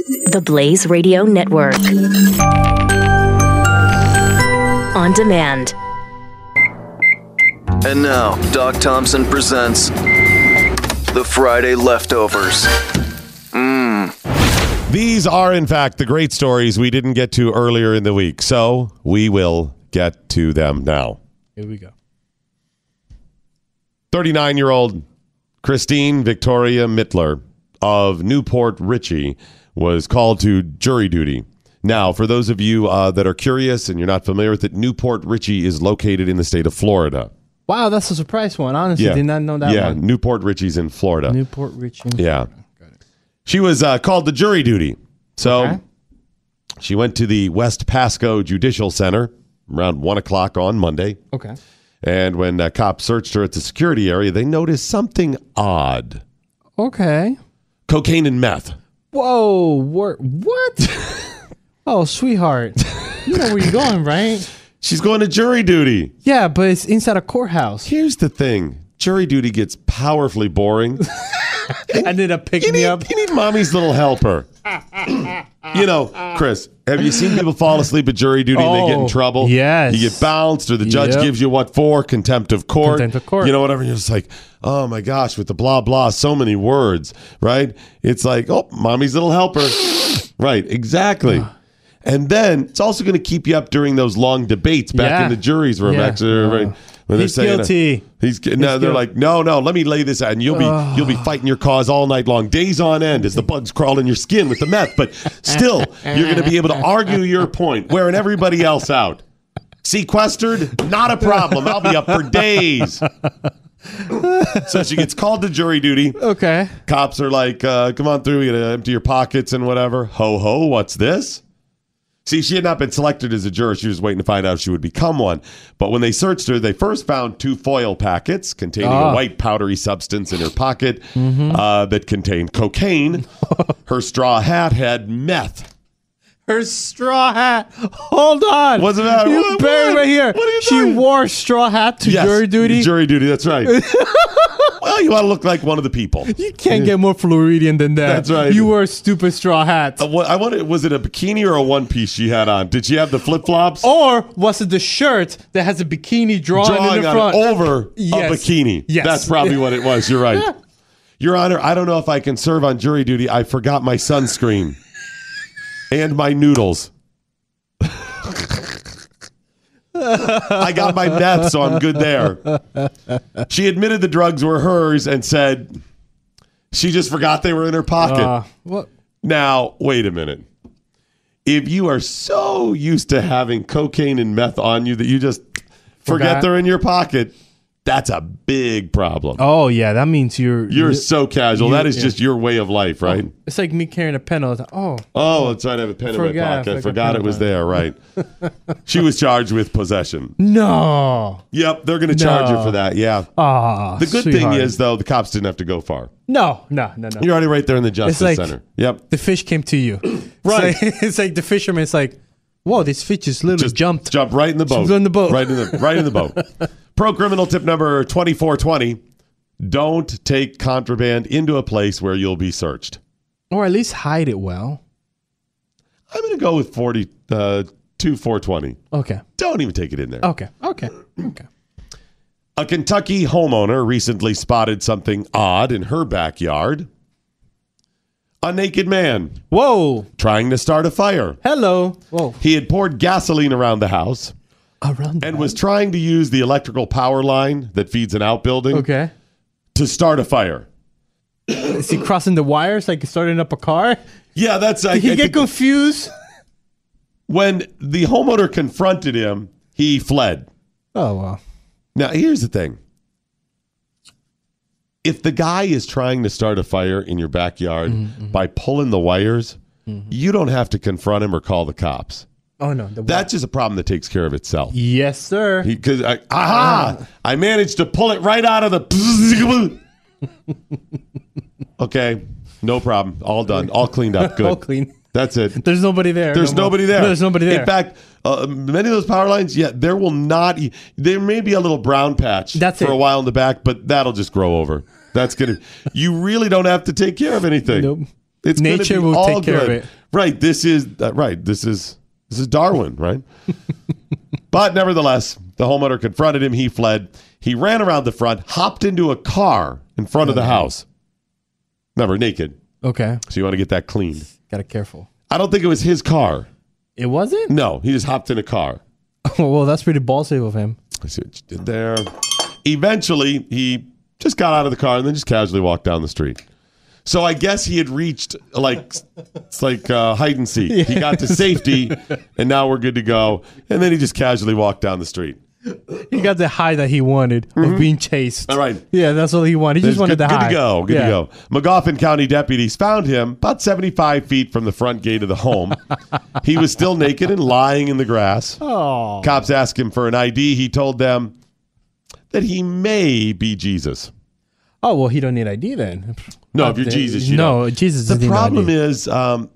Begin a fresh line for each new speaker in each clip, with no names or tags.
The Blaze Radio Network. On demand.
And now, Doc Thompson presents The Friday Leftovers.
These are, in fact, the great stories we didn't get to earlier in the week. So we will get to them now.
Here we go.
39 year old Christine Victoria Mittler of Newport Richie was called to jury duty. Now, for those of you uh, that are curious and you're not familiar with it, Newport Richie is located in the state of Florida.
Wow, that's a surprise one. Honestly, did not know that
yeah,
one.
Newport Richie's in Florida.
Newport Richie.
Yeah. She was uh, called to jury duty. So
Okay.
she went to the West Pasco Judicial Center around 1 o'clock on Monday.
Okay.
And when uh, cops searched her at the security area, they noticed something odd
Okay.
cocaine and meth.
Whoa. Wor- what? oh, sweetheart. You know where you're going, right?
She's going to jury duty.
Yeah, but it's inside a courthouse.
Here's the thing jury duty gets powerfully boring.
And then a pick
You
me
need,
up.
you need mommy's little helper. you know, Chris, have you seen people fall asleep at jury duty and they get in
Oh,
trouble?
yes.
You get bounced or the judge
Yep.
gives you what for? Contempt of court.
Contempt of court.
You know, whatever. You're just like, oh my gosh, with the blah, blah, so many words, right? It's like, oh, mommy's little helper. right, exactly. And then it's also going to keep you up during those long debates back
Yeah.
in the jury's room.
Yeah. Uh-huh.
After, right, when
He's
they're saying, uh,
guilty.
He's no, they're
guilty.
like, no, no. Let me lay this out, and you'll be you'll be fighting your cause all night long, days on end, as the bugs crawl in your skin with the meth. But still, you're going to be able to argue your point, wearing everybody else out. Sequestered, not a problem. I'll be up for days. so she gets called to jury duty.
Okay.
Cops are like, uh, come on through, you gotta empty your pockets and whatever. Ho ho, what's this? See, she had not been selected as a juror. She was waiting to find out if she would become one. But when they searched her, they first found two foil packets containing a
Ah. Mm-hmm.
white powdery substance in her pocket uh, that contained cocaine. her straw hat had meth.
Her straw hat. Hold on.
What's the matter?
You
What-
buried
what?
right here.
What are you
she
doing?
wore straw hat to
Yes,
jury duty.
Jury duty, that's right. well, you want to look like one of the people.
you can't get more Floridian than that.
That's right.
You wore a stupid straw hat.
Uh, what- I wonder, was it a bikini or a one piece she had on? Did she have the flip flops?
Or was it the shirt that has a bikini drawing, in
drawing
the
on
front?
it over
Yes.
a bikini.
Yes.
That's probably what it was. You're right. Your Honor, I don't know if I can serve on jury duty. I forgot my sunscreen and my noodles. I got my meth, so I'm good there. She admitted the drugs were hers and said she just forgot they were in her pocket.
Uh, what?
Now, wait a minute. If you are so used to having cocaine and meth on you that you just forget
Forgot.
they're in your pocket, that's a big problem.
Oh yeah, that means you're
You're so casual.
you-
that is
yeah. Oh.
just your way of life, right?
It's like me carrying a pen. I was like, oh,
Oh, that's right. I have a pen in my
Forgot,
pocket.
forgot
forgot it
pen
was
in
there, right? she was charged with possession.
no,
Yep, they're going to charge her
No.
for that. Yeah.
ah.
the good
sweetheart.
thing is, though, the cops didn't have to go far.
no, no, no, no.
You're already right there in the Justice
like-
Center. Yep.
the fish came to you,
Right.
It's like, it's like the fisherman's like, whoa, this fish just literally jumped.
Jump right in the boat.
Jumped in the boat.
Right in the right in the boat. Pro criminal tip number twenty four twenty: Don't take contraband into a place where you'll be searched.
or at least hide it well.
I'm going to go with forty uh, two four twenty.
Okay,
Don't even take it in there.
okay, okay, okay.
A Kentucky homeowner recently spotted something odd in her backyard. A naked man
Whoa,
trying to start a fire.
hello, whoa,
He had poured gasoline around the house
around
and was trying to use the electrical power line that feeds an outbuilding
okay.
to start a fire.
Is he crossing the wires like he's starting up a car?
Yeah, that's I,
Did he
I
get
think-
confused?
when the homeowner confronted him, he fled.
Oh wow.
Now, here's the thing. If the guy is trying to start a fire in your backyard
Mm-hmm,
by pulling the wires, you don't have to confront him or call the cops.
Oh no, the
That's just a problem that takes care of itself.
Yes, sir.
Because I,
Uh-huh.
aha, I managed to pull it right out of the. okay, no problem. All done. All cleaned up. Good.
All clean.
That's it.
There's nobody there.
There's
no more.
nobody there.
No, there's nobody there.
In fact, uh, many of those power lines, yeah, there will not. e- There may be a little brown patch
That's
for
it.
a while in the back, but that'll just grow over. That's gonna. you really don't have to take care of anything.
Nope.
It's gonna
Nature
be
will
all
take care of
good.
it.
right. This is uh, right. This is this is Darwin, right? but nevertheless, the homeowner confronted him. He fled. He ran around the front, hopped into a car in front of the house. Never naked.
Okay.
So you want to get that cleaned.
Gotta careful.
I don't think it was his car.
It wasn't?
No, he just hopped in a car.
Oh, well, that's pretty ballsy of him.
I see what you did there. Eventually, he just got out of the car and then just casually walked down the street. So I guess he had reached like it's like uh, hide and seek. He got to safety, and now we're good to go. And then he just casually walked down the street.
He got the high that he wanted of being chased.
Mm-hmm. All right.
Yeah, that's all he wanted. He just wanted
good,
the
good
high.
to go. Good
Yeah.
to go. McGoffin County deputies found him about 75 feet from the front gate of the home. he was still naked and lying in the grass.
Oh.
Cops asked him for an ID. He told them that he may be Jesus.
Oh well, he don't need ID then.
No,
Not
if you're
the-
Jesus, you
no,
don't.
Jesus.
The
doesn't need
problem
ID.
is, um,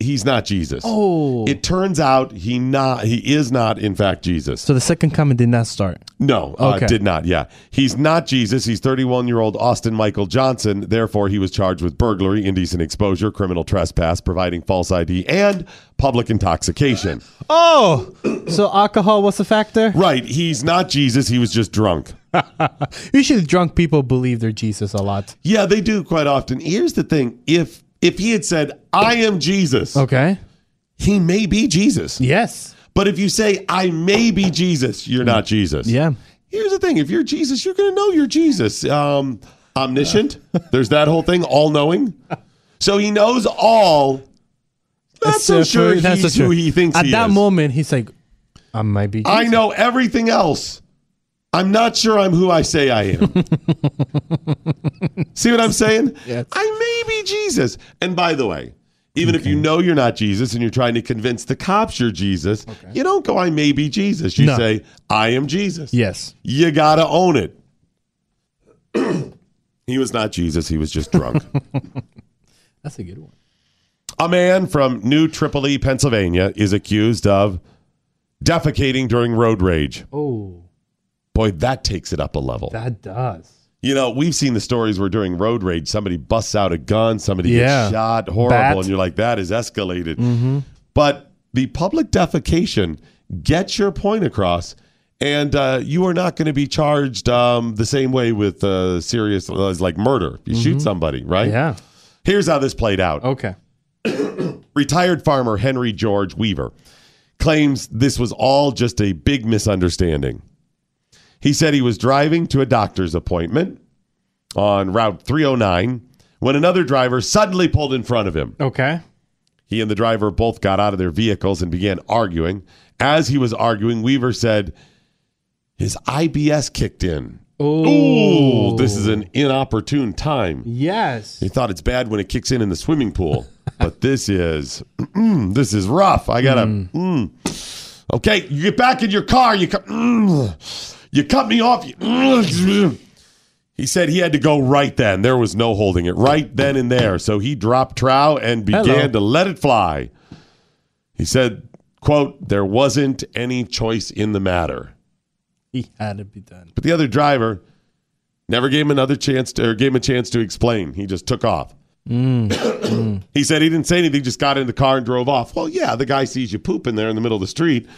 he's not Jesus.
Oh.
It turns out he not he is not in fact Jesus.
so the second comment did not start.
No, uh,
Okay.
did not. Yeah, he's not Jesus. He's 31 year old Austin Michael Johnson. Therefore, he was charged with burglary, indecent exposure, criminal trespass, providing false ID, and public intoxication.
Oh, so alcohol was a factor.
right, he's not Jesus. He was just drunk.
Usually, drunk people believe they're Jesus a lot.
Yeah, they do quite often. Here's the thing: if if he had said, "I am Jesus,"
Okay.
he may be Jesus.
Yes.
But if you say, I may be Jesus, you're not Jesus.
Yeah.
Here's the thing if you're Jesus, you're going to know you're Jesus. Um, omniscient, there's that whole thing, all knowing. So he knows all. Not so
Except
sure
for-
he's
that's so
who
true.
he thinks
At
he
that
is.
moment, he's like, "Um, "I might be."
I know everything else. I'm not sure I'm who I say I am. See what I'm saying?
Yes.
I may be Jesus. And by the way, even if you know you're not Jesus and you're trying to convince the cops you're Jesus, you don't go, I may be Jesus. You
No.
say, I am Jesus.
Yes.
You got to own it. he was not Jesus. He was just drunk.
That's a good one.
A man from New Tripoli, Pennsylvania is accused of defecating during road rage.
Oh,
Boy, that takes it up a level.
that does.
You know, we've seen the stories where during road rage, somebody busts out a gun, somebody
Yeah.
gets shot, horrible,
Bat. Mm-hmm.
and you're like, that is escalated. But the public defecation gets your point across, and uh, you are not going to be charged um, the same way with uh, serious, uh, like murder. You shoot somebody, right?
Mm-hmm. Yeah.
Here's how this played out
Okay.
retired farmer Henry George Weaver claims this was all just a big misunderstanding. He said he was driving to a doctor's appointment on Route 309 when another driver suddenly pulled in front of him.
Okay.
He and the driver both got out of their vehicles and began arguing. As he was arguing, Weaver said his IBS kicked in. Ooh, this is an inopportune time.
Yes.
He thought it's bad when it kicks in in the swimming pool, but this is mm, this is rough. I gotta. Mm. Okay, you get back in your car. You cut. Mm, you cut me off. You, mm. He said he had to go right then. There was no holding it. Right then and there. So he dropped trow and began
Hello.
to let it fly. He said, "quote There wasn't any choice in the matter."
He had to be done.
But the other driver never gave him another chance to, or gave him a chance to explain. He just took off. he said he didn't say anything, just got in the car and drove off. Well, yeah, the guy sees you pooping there in the middle of the street.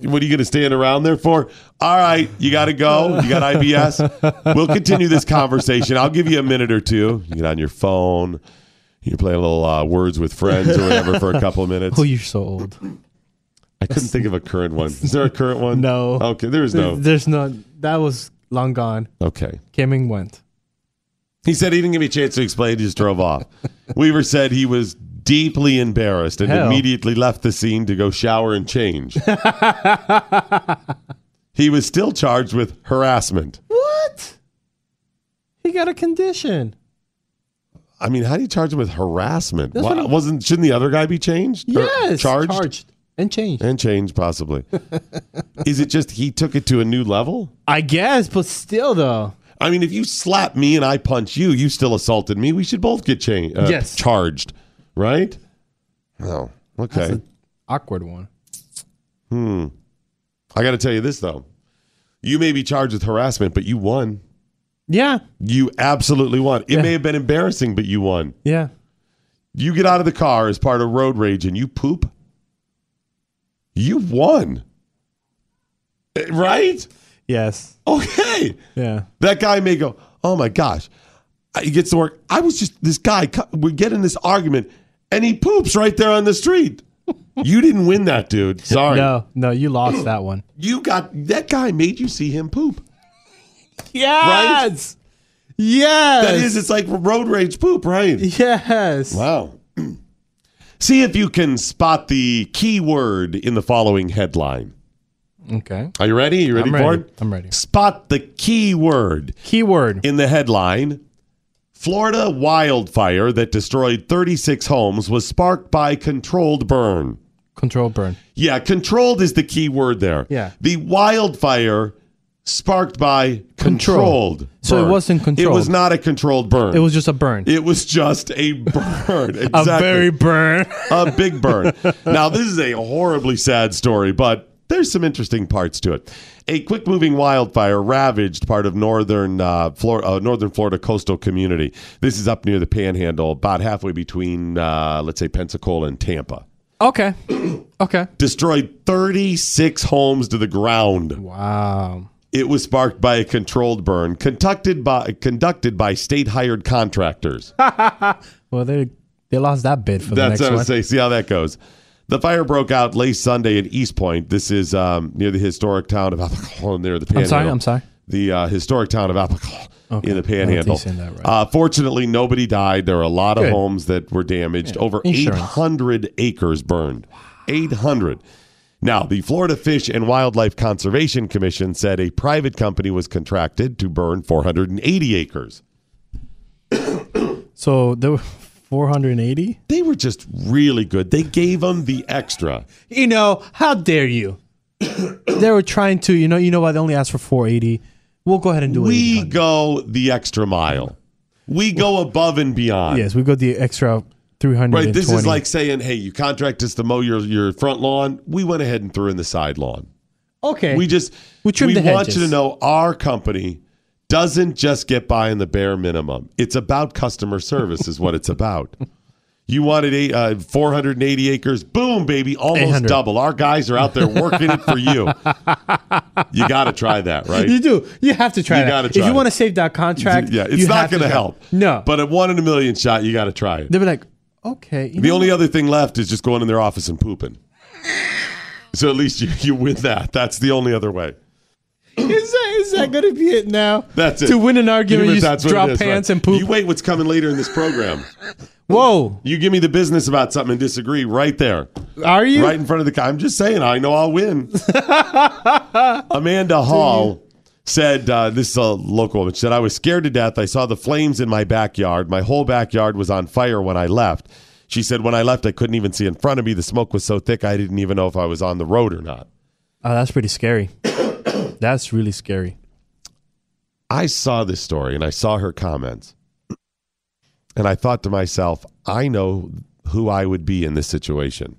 What are you going to stand around there for? All right, you got to go. You got IBS. we'll continue this conversation. I'll give you a minute or two. You get on your phone. You play a little uh, words with friends or whatever for a couple of minutes.
Oh, you're so old.
I couldn't think of a current one. Is there a current one?
No.
Okay, there is no.
There's no. That was long gone.
Okay.
Came and went.
He said he didn't give me a chance to explain. He just drove off. Weaver said he was deeply embarrassed and
Hell.
immediately left the scene to go shower and change. he was still charged with harassment.
What? He got a condition.
I mean, how do you charge him with harassment?
That's
Why-
what he-
wasn't shouldn't the other guy be changed? Or
Yes.
charged
and changed.
and changed possibly. Is it just he took it to a new level?
I guess, but still though.
I mean, if you slap me and I punch you, you still assaulted me. We should both get changed, uh,
Yes.
charged, right? No. Okay.
Awkward one.
I got to tell you this though. You may be charged with harassment, but you won.
Yeah.
You absolutely won. It
Yeah.
may have been embarrassing, but you won.
Yeah.
you get out of the car as part of road rage and you poop, you won. Eh, Right?
Yes.
Okay.
Yeah.
That guy may go, oh my gosh. He gets to work. I was just, this guy, cu- we get in this argument and he poops right there on the street. You didn't win that, dude. Sorry.
No, no, you lost that one.
You got, that guy made you see him poop.
Yes. Yes.
That is, it's like road rage poop, right?
Uh, Yes.
Wow. See if you can spot the key word in the following headline.
Okay.
Are you ready? You ready
I'm
for
ready.
it?
I'm ready.
Spot the key word
Keyword.
in the headline. Florida wildfire that destroyed 36 homes was sparked by controlled burn.
Control burn.
Yeah, controlled is the key word there.
Yeah.
The wildfire sparked by
Control.
controlled.
So it
burn.
wasn't
It was
controlled.
not a controlled burn.
It was just a burn.
it was just a burn. Exactly.
burn.
a big burn. now, this is a horribly sad story, but there's some interesting parts to it. A quick moving wildfire ravaged part of northern uh, Florida, uh, northern Florida coastal community. This is up near the Panhandle, about halfway between, uh, let's say, Pensacola and Tampa.
okay. Okay.
Destroyed 36 homes to the ground.
Wow.
It was sparked by a controlled burn conducted by conducted by state hired contractors.
Well, they they lost that bid for
That's
the
what I
next one.
was saying. See how that goes. The fire broke out late Sunday in East Point. This is um, near the historic town of Apical, near the Panhandle.
I'm sorry. I'm sorry.
The uh, historic town of Apical in the
think
Panhandle.
you said that right.
uh, fortunately, nobody died. There are a lot of
Good.
homes that were damaged. Over
Insurance.
800 acres burned. 800. Now, the Florida Fish and Wildlife Conservation Commission said a private company was contracted to burn 480 acres.
So there were 480.
They were just really good. They gave them the extra.
You know how dare you? they were trying to. You know. You know what? They only asked for 480. We'll go ahead and do
We
800.
go the extra mile. We go above and beyond.
Yes, we go the extra 320.
Right. This is like saying, hey, you contract us to mow your, your front lawn. We went ahead and threw in the side lawn.
okay.
We just
We trimmed the
want you to
hedges.
know our company doesn't just get by in the bare minimum. It's about customer service, is what it's about. You wanted eight, uh, 480 acres. Boom, baby. Almost
800.
double. Our guys are out there working it for you. You got to try that, right?
You do. You have to try
You
that.
gotta
If
try
you
it.
want to save that contract,
Yeah, it's
you
not
have
going to
try.
help.
No,
But at one in a million shot, you got to try it.
they'll be like, okay. you
The
know-
only other thing left is just going in their office and pooping. So at least you, you win that. That's the only other way.
is that is that going to be it now?
That's it.
To win an argument,
Even
you
if that's
just
what it
drop
is, right?
pants and poop.
You wait what's coming later in this program.
Whoa,
You give me the business about something and disagree right there.
are you?
Right in front of the guy. I'm just saying, I know I'll win. Amanda Hall said, uh, this is a local woman, she said, I was scared to death. I saw the flames in my backyard. My whole backyard was on fire when I left. She said, when I left, I couldn't even see in front of me. The smoke was so thick, I didn't even know if I was on the road or not.
Oh, that's pretty scary. that's really scary.
I saw this story and I saw her comments. And I thought to myself, I know who I would be in this situation.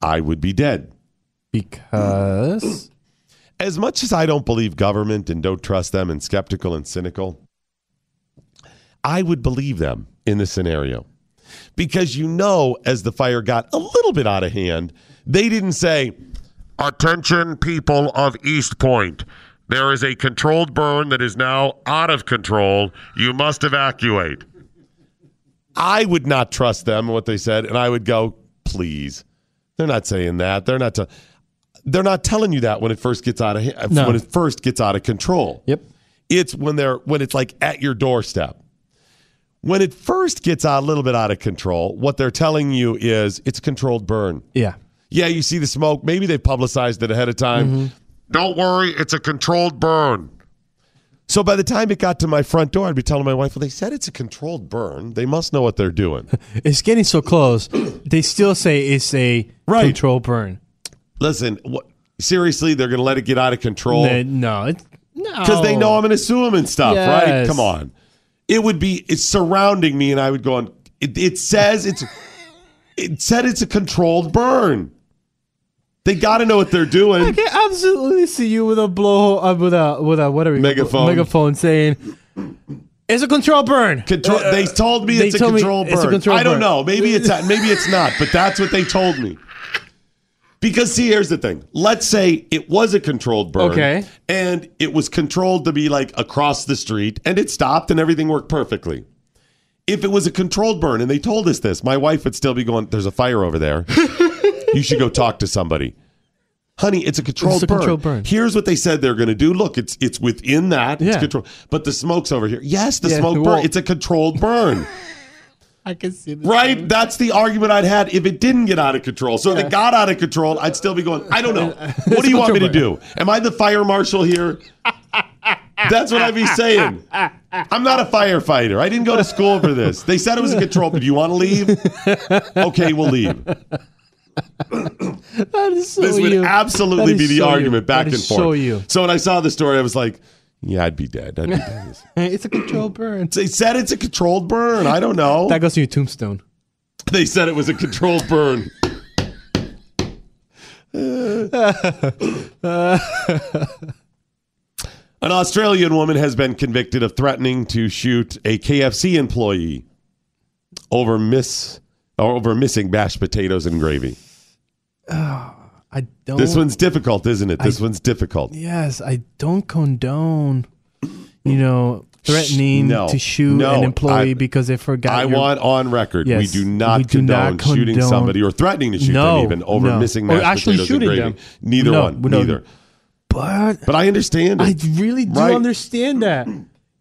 I would be dead.
Because
as much as I don't believe government and don't trust them and skeptical and cynical, I would believe them in this scenario. Because you know, as the fire got a little bit out of hand, they didn't say, Attention, people of East Point. There is a controlled burn that is now out of control. You must evacuate. I would not trust them, what they said, and I would go, Please. They're not saying that. They're not. ta- they're not telling you that when it first gets out of ha-
No.
when it first gets out of control.
Yep.
It's when they're when it's like at your doorstep. When it first gets out a little bit out of control, what they're telling you is it's a controlled burn.
yeah,
Yeah, you see the smoke. Maybe they publicized it ahead of time. Don't worry, it's a controlled burn. So by the time it got to my front door, I'd be telling my wife, "Well, they said it's a controlled burn. They must know what they're doing."
it's getting so close. They still say it's a
Right.
control burn.
Listen, what, seriously, they're going to let it get out of control.
They- no, it's no,
because they know I'm going to sue them and stuff, right?
Oh. Yes.
Come on. It would be it's surrounding me, and I would go on. It, it says it's it said it's a controlled burn. They got to know what they're doing.
I can absolutely see you with a blow uh, with a with a whatever you-
Megaphone.
megaphone saying It's a control burn.
Control. they told me
Uh, they
it's a
told me
control
it's a
burn.
control
I don't
burn.
know. Maybe it's not. Maybe it's not. But that's what they told me. Because see, here's the thing. Let's say it was a controlled burn.
Okay.
And it was controlled to be like across the street, and it stopped, and everything worked perfectly. If it was a controlled burn, and they told us this, my wife would still be going, "There's a fire over there. you should go talk to somebody." Honey, it's a controlled,
It's a
burn.
controlled burn.
Here's what they said they're going to do. Look, it's it's within that. It's
Yeah.
control. But the smoke's over here. Yes, the
Yeah,
smoke
it
burn.
won't.
It's a controlled burn.
I can see this.
right? That's the argument I'd had if it didn't get out of control. So if it got out of control, I'd still be going, I don't know. What do you want me to do? Am I the fire marshal here? That's what I'd be saying. I'm not a firefighter. I didn't go to school for this. They said it was a control, but do you want to leave? Okay, we'll leave.
That is so
This would
you.
absolutely
That
be
is
the
so you.
argument back
That
and
is
forth.
So you.
So when I saw the story, I was like, yeah, I'd be dead. I'd be dead.
It's a control burn.
They said it's a controlled burn. I don't know.
That goes to your tombstone.
They said it was a controlled burn. An Australian woman has been convicted of threatening to shoot a KFC employee over miss or over missing mashed potatoes and gravy.
I don't.
This one's difficult, isn't it? This one's difficult.
Yes, I don't condone. You know, threatening
no,
to shoot
no,
an employee
I-
because they forgot.
I
your-
want on record we
Yes,
do not
we do
condone
not
shooting
condone-
somebody or threatening to shoot
No,
them even over
no.
missing
Or
mashed
actually
potatoes and
shooting
gravy.
them.
Neither
No,
one,
we don't-
neither.
but
But I understand it.
I really do
Right.
understand that.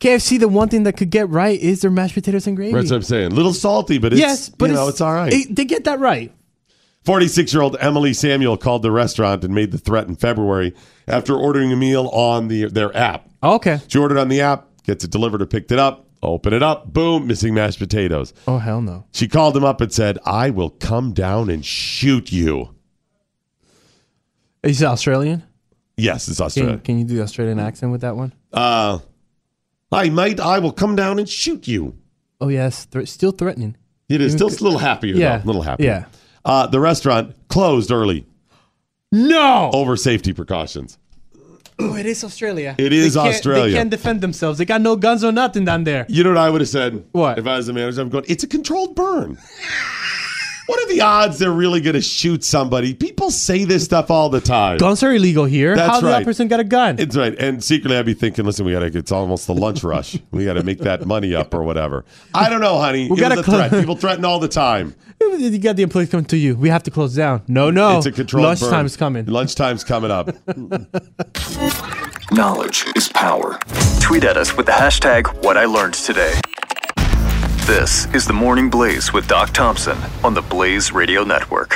KFC, the one thing that could get right is their mashed potatoes and gravy.
That's what I'm saying. A little salty, but it's,
yes, but
you
it's,
know, it's all right.
it- they get that right.
46 year old Emily Samuel called the restaurant and made the threat in February after ordering a meal on the their app.
Oh, Okay.
She ordered on the app, gets it delivered or picked it up, open it up, boom, missing mashed potatoes.
Oh hell no.
She called him up and said, I will come down and shoot you.
Is it Australian?
Yes, it's
Can,
Australia.
can you do the Australian accent with that one?
Uh, Hi, mate. I will come down and shoot you.
Oh yes, thre- still threatening.
It is still a little happier,
Yeah.
though. A little happier.
Yeah.
Uh, the restaurant closed early
No.
over safety precautions.
Oh, it is Australia.
It is
They can't-
Australia.
They can't defend themselves. They got no guns or nothing down there.
You know what I would have said?
What?
If I was the manager, I'm going, it's a controlled burn. what are the odds they're really going to shoot somebody? People say this stuff all the time.
Guns are illegal here.
That's
How did
right.
that person got a gun?
It's right. And secretly, I'd be thinking, listen, we got to, it's almost the lunch rush. We got to make that money up or whatever. I don't know, honey. it
gotta
was a
cl-
threat. People threaten all the time.
you got the employees coming to you. We have to close down. No, no.
It's a controlled burn.
Lunchtime is Oh, coming.
Lunchtime's coming up.
Knowledge is power. Tweet at us with the hashtag what I learned today. This is the Morning Blaze with Doc Thompson on the Blaze Radio Network.